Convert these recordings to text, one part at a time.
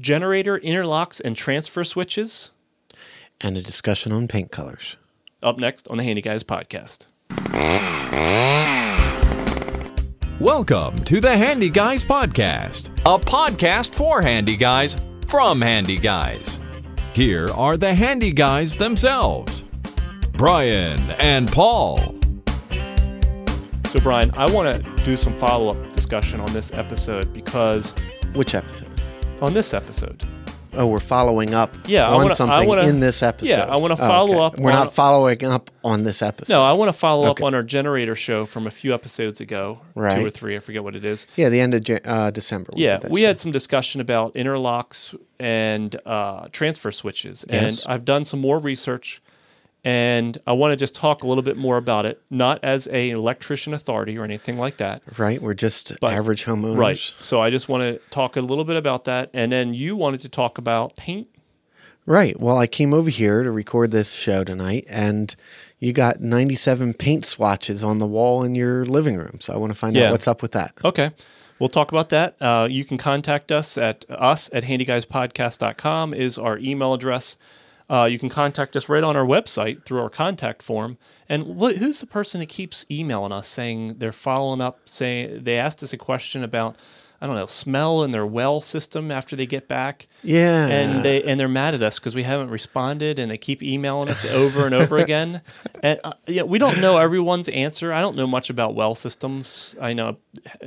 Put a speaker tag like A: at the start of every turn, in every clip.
A: generator interlocks and transfer switches.
B: and a discussion on paint colors.
A: Up next on the Handy Guys podcast.
C: Welcome to the Handy Guys Podcast, a podcast for handy guys from handy guys. Here are the handy guys themselves Brian and Paul.
A: So, Brian, I want to do some follow up discussion on this episode because
B: Which episode?
A: on this episode,
B: Oh, we're following up
A: Yeah, I
B: on
A: wanna- I
B: something
A: wanna-
B: in this
A: yeah,
B: episode.
A: I wanna
B: Oh,
A: follow up
B: We're
A: on-
B: not following up on this episode.
A: no, I want to follow up
B: Okay.
A: on our generator show from a few episodes ago,
B: Right.
A: two or three, I forget what it is.
B: Yeah, the end of Jan- uh, December.
A: Yeah,
B: did that
A: we
B: show.
A: had some discussion about interlocks and uh, transfer switches,
B: Yes.
A: and I've done some more research, and I want to just talk a little bit more about it, not as a electrician authority or anything like that.
B: right. We're just average homeowners.
A: Right. So I just want to talk a little bit about that, and then you wanted to talk about paint.
B: Right. Well, I came over here to record this show tonight, and you got 97 paint swatches on the wall in your living room. So I want to find
A: Yeah. Oh.
B: out what's up with that.
A: Okay. We'll talk about that. Uh, you can contact us at us at handyguyspodcast.com is our email address. Uh, you can contact us right on our website through our contact form. And what, who's the person that keeps emailing us saying they're following up, saying they asked us a question about, I don't know, smell in their well system after they get back?
B: Yeah.
A: and they and they're mad at us because we haven't responded, and they keep emailing us over and over again. And uh, yeah, we don't know everyone's answer. I don't know much about well systems. I know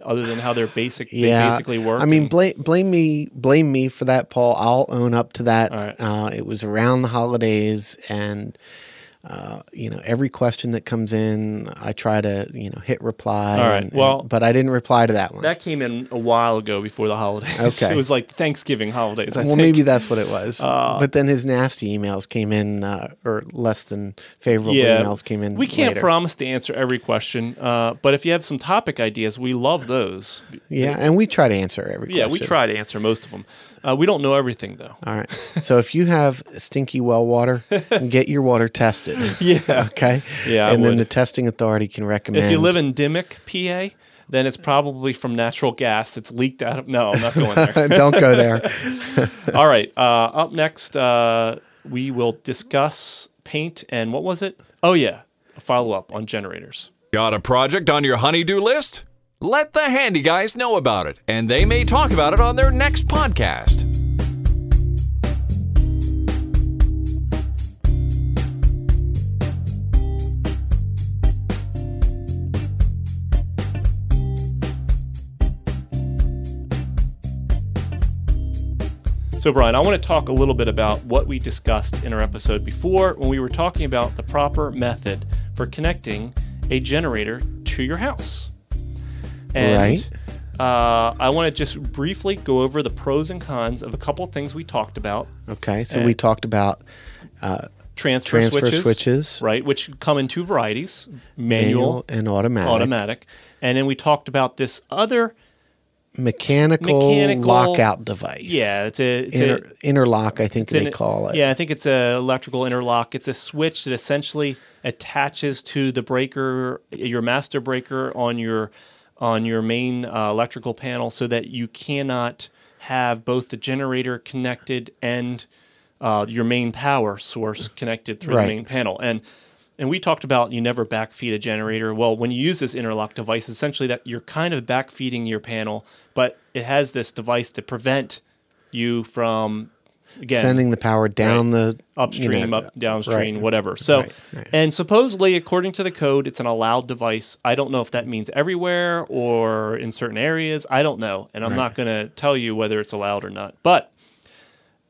A: other than how they're basic.
B: yeah.
A: they basically work.
B: I mean,
A: and-
B: blame blame me blame me for that, Paul. I'll own up to that.
A: All right.
B: Uh, it was around the holidays, and uh, you know, every question that comes in, I try to you know hit reply.
A: All right,
B: and-
A: well-
B: but I didn't reply to that one.
A: that came in a while ago before the holidays.
B: Okay.
A: it was like Thanksgiving holidays. I
B: well,
A: think.
B: maybe that's what it was.
A: Uh,
B: but then his nasty emails came in, uh, or less than favorable emails came in.
A: We can't
B: later.
A: promise to answer every question, uh, but if you have some topic ideas, we love those.
B: Yeah, and we try to answer every.
A: Yeah,
B: question.
A: we try to answer most of them. Uh, we don't know everything though.
B: All right. So if you have stinky well water, get your water tested.
A: Yeah.
B: Okay.
A: Yeah, I
B: And then
A: would.
B: the testing authority can recommend.
A: If you live in Dimmock, PA, then it's probably from natural gas that's leaked out of. No, I'm not going there.
B: don't go there.
A: All right. Uh, up next, uh, we will discuss paint and what was it? Oh, yeah. A follow up on generators.
C: Got a project on your honeydew list? Let the handy guys know about it, and they may talk about it on their next podcast.
A: So, Brian, I want to talk a little bit about what we discussed in our episode before when we were talking about the proper method for connecting a generator to your house. And uh, I want to just briefly go over the pros and cons of a couple things we talked about
B: Okay. So we talked about
A: transfer,
B: Transfer
A: switches,
B: switches.
A: right? Which come in two varieties: manual,
B: manual and automatic,
A: automatic. And then we talked about this other.
B: Mechanical,
A: Mechanical-
B: lockout device.
A: Yeah, it's a it's
B: Inter-
A: a
B: interlock, I think
A: it's
B: they
A: an-
B: call it.
A: Yeah, I think it's a electrical interlock. It's a switch that essentially attaches to the breaker, your master breaker on your on your main uh, electrical panel, so that you cannot have both the generator connected and uh, your main power source connected through
B: Right.
A: the main panel. And and we talked about you never backfeed a generator. Well, when you use this interlock device, essentially that you're kind of backfeeding your panel, but it has this device to prevent you from again
B: Sending the power down the
A: upstream,
B: you know,
A: up downstream,
B: right.
A: whatever. So,
B: Right, right.
A: and supposedly, according to the code, it's an allowed device. I don't know if that means everywhere or in certain areas. I don't know, and I'm not going to tell you whether it's allowed or not. But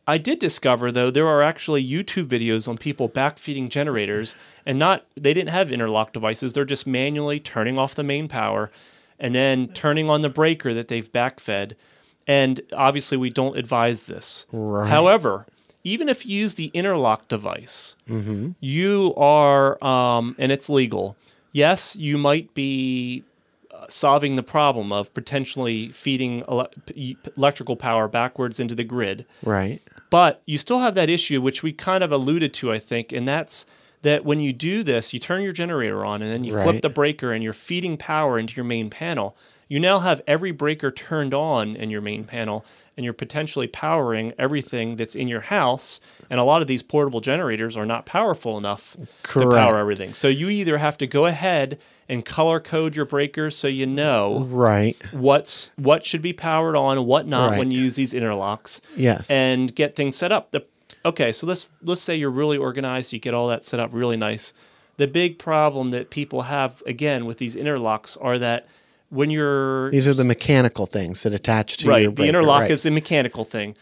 A: I did discover though there are actually YouTube videos on people backfeeding generators, and not they didn't have interlock devices. They're just manually turning off the main power, and then turning on the breaker that they've backfed. And obviously, we don't advise this.
B: Right.
A: However, even if you use the interlock device, you are, um, and it's legal. Yes, you might be uh, solving the problem of potentially feeding ele- p- electrical power backwards into the grid,
B: Right.
A: but you still have that issue, which we kind of alluded to, I think, and that's that when you do this, you turn your generator on and then you
B: Right.
A: flip the breaker and you're feeding power into your main panel. You now have every breaker turned on in your main panel, and you're potentially powering everything that's in your house. And a lot of these portable generators are not powerful enough to
B: Correct.
A: power everything. So you either have to go ahead and color code your breakers so you know
B: Right.
A: what's what should be powered on, what not
B: Mm-hmm. Right.
A: when you use these interlocks
B: Yes.
A: and get things set up. The, okay, so let's let's say you're really organized, you get all that set up really nice. The big problem that people have again with these interlocks are that when you're
B: These are the mechanical things that attach to
A: right,
B: your breaker.
A: the interlock
B: right.
A: is the mechanical thing.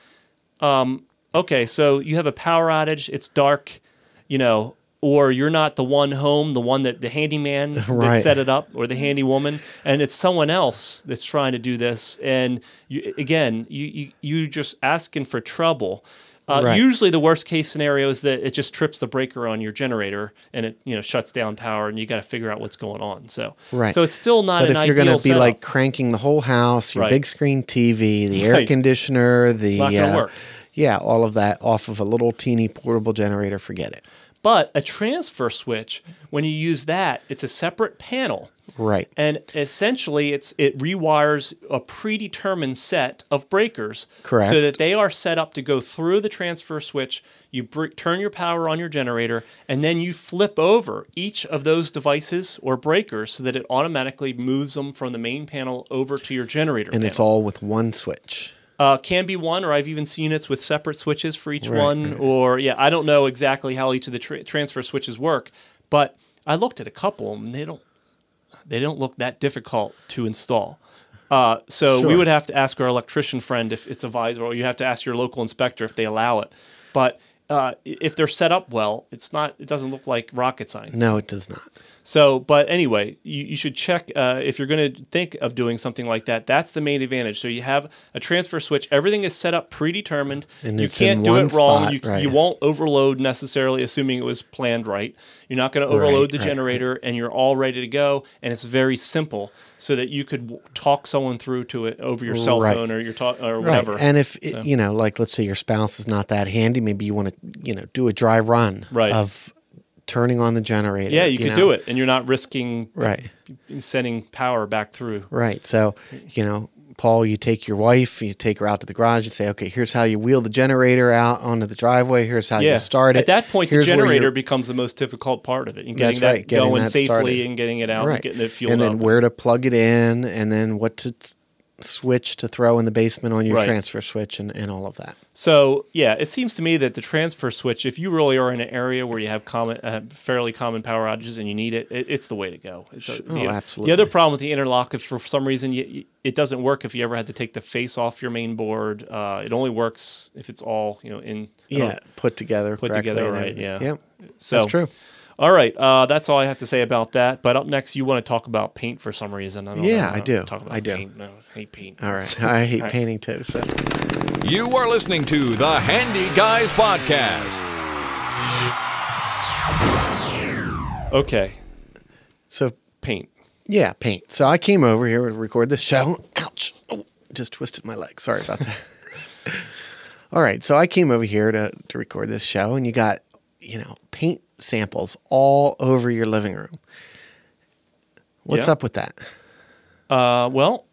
A: Um, okay, so you have a power outage, it's dark, you know, or you're not the one home, the one that the handyman that
B: Right.
A: set it up or the handy woman, and it's someone else that's trying to do this. And you, again, you, you you just asking for trouble. Uh,
B: Right.
A: Usually, the worst case scenario is that it just trips the breaker on your generator and it you know shuts down power, and you got to figure out what's going on. So
B: Right.
A: so it's still not
B: But
A: an
B: if you're
A: ideal
B: going to be
A: setup.
B: like cranking the whole house, your
A: Right.
B: big screen TV, the air
A: Right.
B: conditioner, the
A: Not gonna
B: uh,
A: work.
B: yeah, all of that off of a little teeny portable generator, forget it.
A: But a transfer switch, when you use that, it's a separate panel.
B: Right.
A: And essentially, it's it rewires a predetermined set of breakers,
B: Correct.
A: So that they are set up to go through the transfer switch. You br- turn your power on your generator, and then you flip over each of those devices or breakers, so that it automatically moves them from the main panel over to your generator.
B: and
A: panel.
B: it's all with one switch.
A: Uh, can be one, or I've even seen it's with separate switches for each one, or yeah, I don't know exactly how each of the tra- transfer switches work, but I looked at a couple and they don't they don't look that difficult to install. Uh, so we
B: Sure.
A: would have to ask our electrician friend if it's advisable, or you have to ask your local inspector if they allow it. But uh, i- if they're set up well, it's not it doesn't look like rocket science.
B: No, it does not.
A: So, but anyway, you, you should check uh, if you're going to think of doing something like that. That's the main advantage. So you have a transfer switch. Everything is set up predetermined.
B: And
A: you
B: it's
A: can't
B: in
A: do
B: one
A: it wrong.
B: spot,
A: you,
B: right.
A: you won't overload necessarily, assuming it was planned right. You're not going to overload
B: Right,
A: the
B: right,
A: generator, and you're all ready to go. And it's very simple, so that you could w- talk someone through to it over your cell
B: Right.
A: phone or your talk or
B: Right.
A: whatever.
B: And if it, you know, like let's say your spouse is not that handy, maybe you want to, you know, do a dry run
A: Right.
B: of turning on the generator.
A: yeah, you, could
B: know?
A: do it, and you're not risking
B: Right.
A: sending power back through.
B: Right. So, you know, Paul, you take your wife, you take her out to the garage and say, okay, here's how you wheel the generator out onto the driveway. Here's how you start it.
A: At that point,
B: Here's
A: the
B: where your-
A: generator becomes the most difficult part of it. And
B: That's
A: getting that
B: right, getting
A: going
B: that
A: safely
B: started.
A: and getting it out
B: right.
A: and getting it fueled
B: and then
A: up.
B: where to plug it in and then what to t- switch to throw in the basement on your
A: Right.
B: transfer switch and, and all of that.
A: So yeah, it seems to me that the transfer switch, if you really are in an area where you have common, uh, fairly common power outages and you need it, it it's the way to go. It's a-
B: Oh,
A: the-
B: absolutely.
A: The other problem with the interlock is for some reason you, you- it doesn't work if you ever had to take the face off your main board. Uh, it only works if it's all you know in. I don't-
B: Yeah. Put together.
A: Put
B: correctly
A: together
B: and
A: right,
B: everything.
A: yeah.
B: Yep.
A: So,
B: That's true.
A: All right, uh, that's all I have to say about that. But up next, you want to talk about paint for some reason. I don't know.
B: Yeah,
A: uh,
B: I do.
A: Talk about
B: I do. Uh,
A: Paint. No, I hate paint.
B: All right. I hate
A: right.
B: painting too. So.
C: You are listening to the Handy Guys Podcast.
A: Okay,
B: So
A: paint.
B: Yeah, paint. So I came over here to record this show. Ouch. Oh, just twisted my leg. Sorry about that. all right. So I came over here to, to record this show, and you got, you know, paint samples all over your living room. What's
A: Yeah.
B: up with that?
A: Uh, well,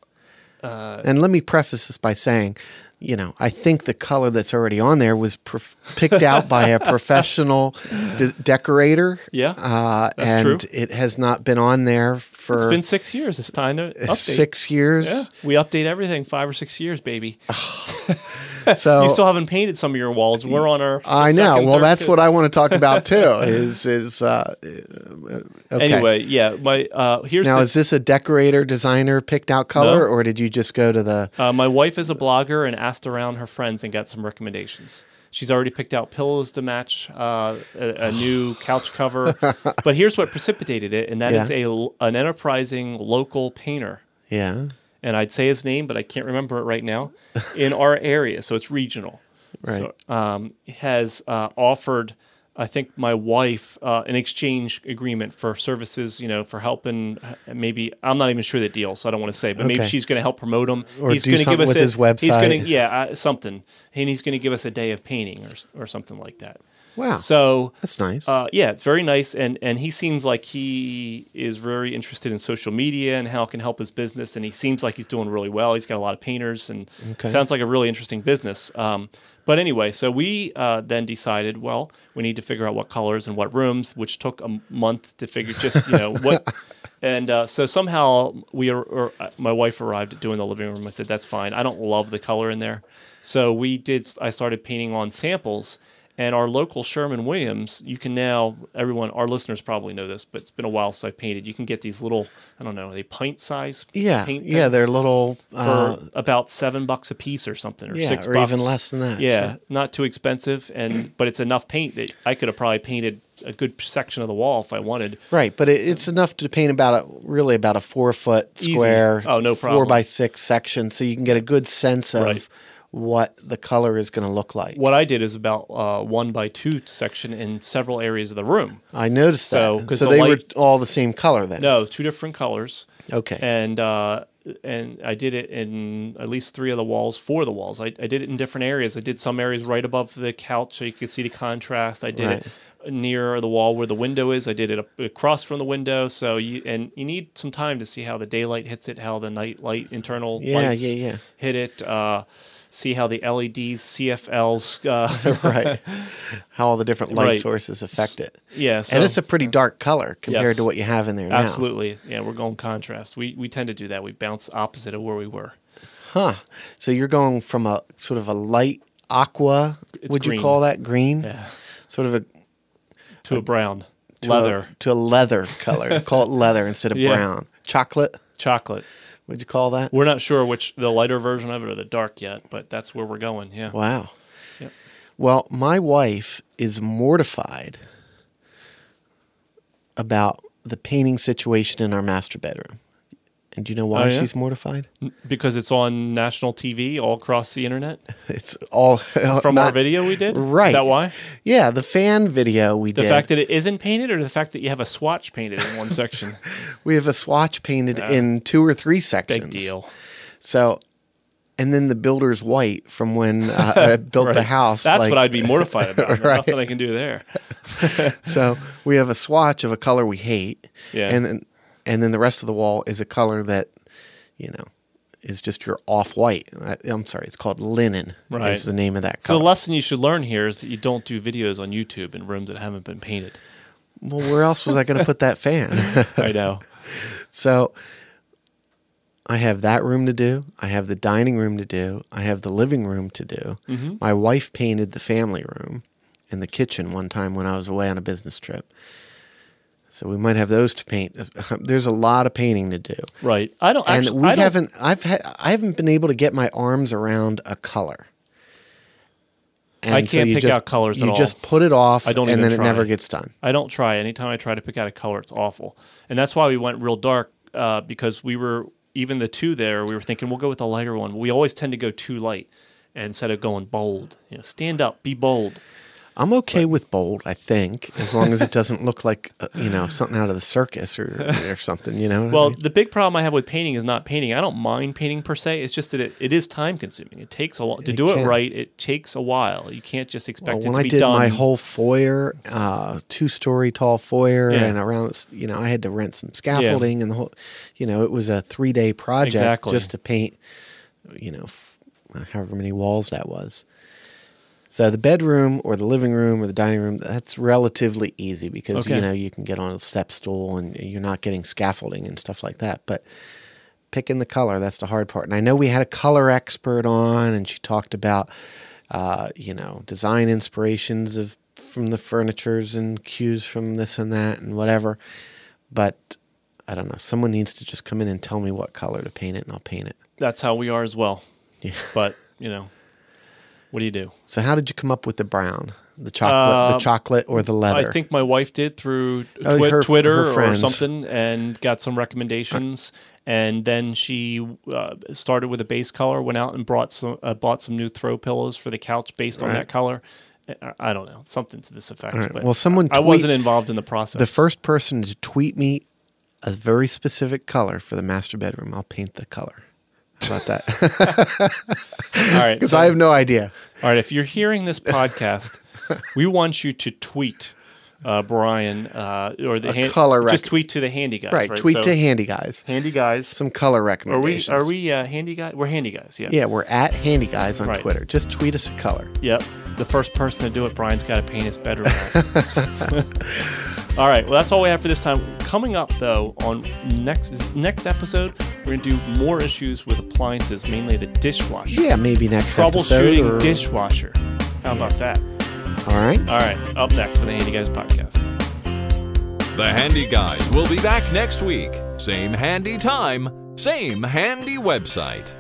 A: Uh,
B: And let me preface this by saying, you know, I think the color that's already on there was prof- picked out by a professional de- decorator.
A: Yeah,
B: Uh,
A: that's true.
B: and it has not been on there for
A: it's been six years. It's time to update.
B: six years.
A: Yeah, we update everything five or six years, baby.
B: So
A: you still haven't painted some of your walls. We're on our.
B: Oh. I know.
A: second,
B: Well,
A: third,
B: that's
A: fifth-
B: what I want to talk about too. Is is uh, uh, okay.
A: Anyway, yeah. My uh, here's
B: Now,
A: the,
B: is this a decorator designer picked out color,
A: No.
B: or did you just go to the?
A: Uh, my wife is a blogger and asked around her friends and got some recommendations. She's already picked out pillows to match uh, a, a new couch cover. but here's what precipitated it, and that is
B: Yeah.
A: a l an enterprising local painter.
B: Yeah,
A: And I'd say his name, but I can't remember it right now, in our area. So it's regional.
B: right.
A: So, um, has uh, offered, I think, my wife uh, an exchange agreement for services, you know, for helping. uh, Maybe I'm not even sure the deal, so I don't want to say, but maybe
B: Okay.
A: she's going to help promote him.
B: Or do
A: gonna
B: something with
A: He's
B: his
A: gonna,
B: website.
A: yeah, uh, something, and he's going to give us a day of painting or s- or something like that.
B: Wow.
A: So
B: That's nice.
A: uh, yeah, it's very nice, and and he seems like he is very interested in social media and how it can help his business, and he seems like he's doing really well. He's got a lot of painters, and
B: Okay.
A: sounds like a really interesting business. Um, but anyway, so we uh, then decided, well, we need to figure out what colors and what rooms, which took a month to figure. Just you know what. And uh, so somehow we are, or uh, my wife arrived at doing the living room. I said, "That's fine. I don't love the color in there." So we did. I started painting on samples, and our local Sherman Williams, you can now, everyone, our listeners probably know this, but it's been a while since I painted. You can get these little, I don't know, are they pint size?
B: yeah.
A: Paint
B: Yeah.
A: things
B: They're little.
A: for
B: Uh,
A: about seven bucks a piece or something, or
B: yeah.
A: six
B: or
A: bucks.
B: even less than that.
A: Yeah,
B: Sure.
A: not too expensive, and but it's enough paint that I could have probably painted a good section of the wall if I wanted.
B: Right. But it, it's enough to paint about a really about a four foot
A: Easy.
B: square,
A: Oh, no
B: four
A: problem.
B: by six section. So you can get a good sense of
A: Right.
B: what the color is going to look like.
A: What I did is about uh, one by two section in several areas of the room.
B: I noticed
A: So,
B: that.
A: 'cause
B: So
A: the
B: they
A: light-
B: were all the same color then.
A: No, two different colors.
B: Okay.
A: and uh, and I did it in at least three of the walls, four of the walls. I, I did it in different areas. I did some areas right above the couch so you could see the contrast. I did it near the wall where the window is. I did it up- across from the window. So you and you need some time to see how the daylight hits it, how the night light internal
B: Yeah,
A: lights
B: yeah, yeah.
A: hit it. Uh, see how the E LEDs, CFLs. Uh,
B: right. How all the different light
A: Right.
B: sources affect it.
A: yeah, so
B: and it's a pretty dark color compared
A: Yes.
B: to what you have in there now.
A: absolutely. Yeah, we're going contrast. We we tend to do that. We bounce opposite of where we were.
B: Huh. So you're going from a sort of a light aqua,
A: It's
B: would you
A: green.
B: call that green?
A: Yeah,
B: Sort of a
A: to a brown.
B: Uh, to
A: Leather.
B: a, to a leather color. call it leather instead of
A: Yeah.
B: brown. Chocolate,
A: chocolate.
B: would you call that?
A: We're not sure which the lighter version of it or the dark yet, but that's where we're going. Yeah.
B: Wow.
A: Yep.
B: Well, my wife is mortified about the painting situation in our master bedroom. And do you know why
A: Oh, yeah?
B: she's mortified?
A: Because it's on national TV all across the internet
B: It's all uh,
A: from our
B: not-
A: video we did.
B: Right.
A: Is that why?
B: Yeah, the fan video we
A: The
B: did.
A: fact that it isn't painted or the fact that you have a swatch painted in one section?
B: we have a swatch painted in two or three sections.
A: Big deal.
B: So, and then the builder's white from when uh, I built the
A: Right.
B: house.
A: That's
B: like-
A: what I'd be mortified about. There's
B: Right.
A: Nothing I can do there.
B: So we have a swatch of a color we hate.
A: Yeah.
B: And then, and then the rest of the wall is a color that, you know, is just your off white. I'm sorry, it's called linen.
A: Right.
B: Is the name of that
A: So
B: color.
A: the lesson you should learn here is that you don't do videos on YouTube in rooms that haven't been painted.
B: well, where else was I going to put that fan?
A: I know.
B: So I have that room to do. I have the dining room to do. I have the living room to do.
A: Mm-hmm.
B: My wife painted the family room and the kitchen one time when I was away on a business trip. So we might have those to paint. There's a lot of painting to do.
A: Right. I don't.
B: And
A: actually,
B: we
A: I don't-
B: haven't I've had I haven't been able to get my arms around a color. And
A: I can't
B: you
A: pick out colors at
B: You
A: all.
B: just put it off
A: I don't
B: and
A: even
B: then it
A: try.
B: never gets done.
A: I don't try. Anytime I try to pick out a color, it's awful. And that's why we went real dark uh, because we were even the two there. We were thinking we'll go with a lighter one. We always tend to go too light instead of going bold. You know, stand up, be bold.
B: I'm okay with bold, I think, as long as it doesn't look like uh, you know something out of the circus or, or something. You know, what I
A: Well,
B: mean?
A: the big problem I have with painting is not painting. I don't mind painting per se. It's just that it, it is time consuming. It takes a long to
B: It
A: do
B: can.
A: it right. It takes a while. You can't just expect
B: Well,
A: it
B: when
A: to
B: I
A: be
B: did
A: done.
B: my whole foyer, uh, two-story tall foyer,
A: Yeah.
B: and around this- you know I had to rent some scaffolding and the whole, you know, it was a three-day project
A: Exactly.
B: just to paint, you know, f- however many walls that was. So the bedroom or the living room or the dining room, that's relatively easy because you
A: Okay.
B: know you can get on a step stool and you're not getting scaffolding and stuff like that. But picking the color, that's the hard part. And I know we had a color expert on and she talked about uh, you know, design inspirations of from the furnitures and cues from this and that and whatever. But I don't know. Someone needs to just come in and tell me what color to paint it and I'll paint it.
A: That's how we are as well.
B: Yeah.
A: But you know, what do you do?
B: So how did you come up with the brown, the chocolate, the
A: Um,
B: chocolate or the leather?
A: I think my wife did through
B: Oh,
A: twi-
B: her- her
A: Twitter or
B: friends.
A: something and got some recommendations. And then she uh, started with a base color, went out and brought some, uh, bought some new throw pillows for the couch based on
B: Right.
A: that color. I, I don't know, something to this effect.
B: right.
A: But
B: Well, someone
A: I
B: tweet-
A: wasn't involved in the process.
B: the first person to tweet me a very specific color for the master bedroom, I'll paint the color. How about that?
A: all right,
B: Because
A: so-
B: I have no idea.
A: all right. If you're hearing this podcast, we want you to tweet uh, Brian uh, or the
B: A color rec-
A: Just tweet to the handy guys.
B: Right.
A: Right.
B: Tweet
A: So,
B: to handy guys.
A: handy guys.
B: Some color
A: Are we?
B: recommendations.
A: Are we uh, handy guys? We're handy guys. Yeah.
B: Yeah, we're at handy guys on
A: Right.
B: Twitter. Just tweet us a color.
A: Yep. The first person to do it, Brian's got to paint his bedroom. all right. Well, that's all we have for this time. Coming up though, on next next episode, we're gonna do more issues with appliances, mainly the dishwasher.
B: Yeah, maybe next episode.
A: Troubleshooting
B: or-
A: dishwasher. How about that?
B: All right.
A: All right. Up next on the Handy Guys podcast.
C: The Handy Guys will be back next week. Same handy time, same handy website.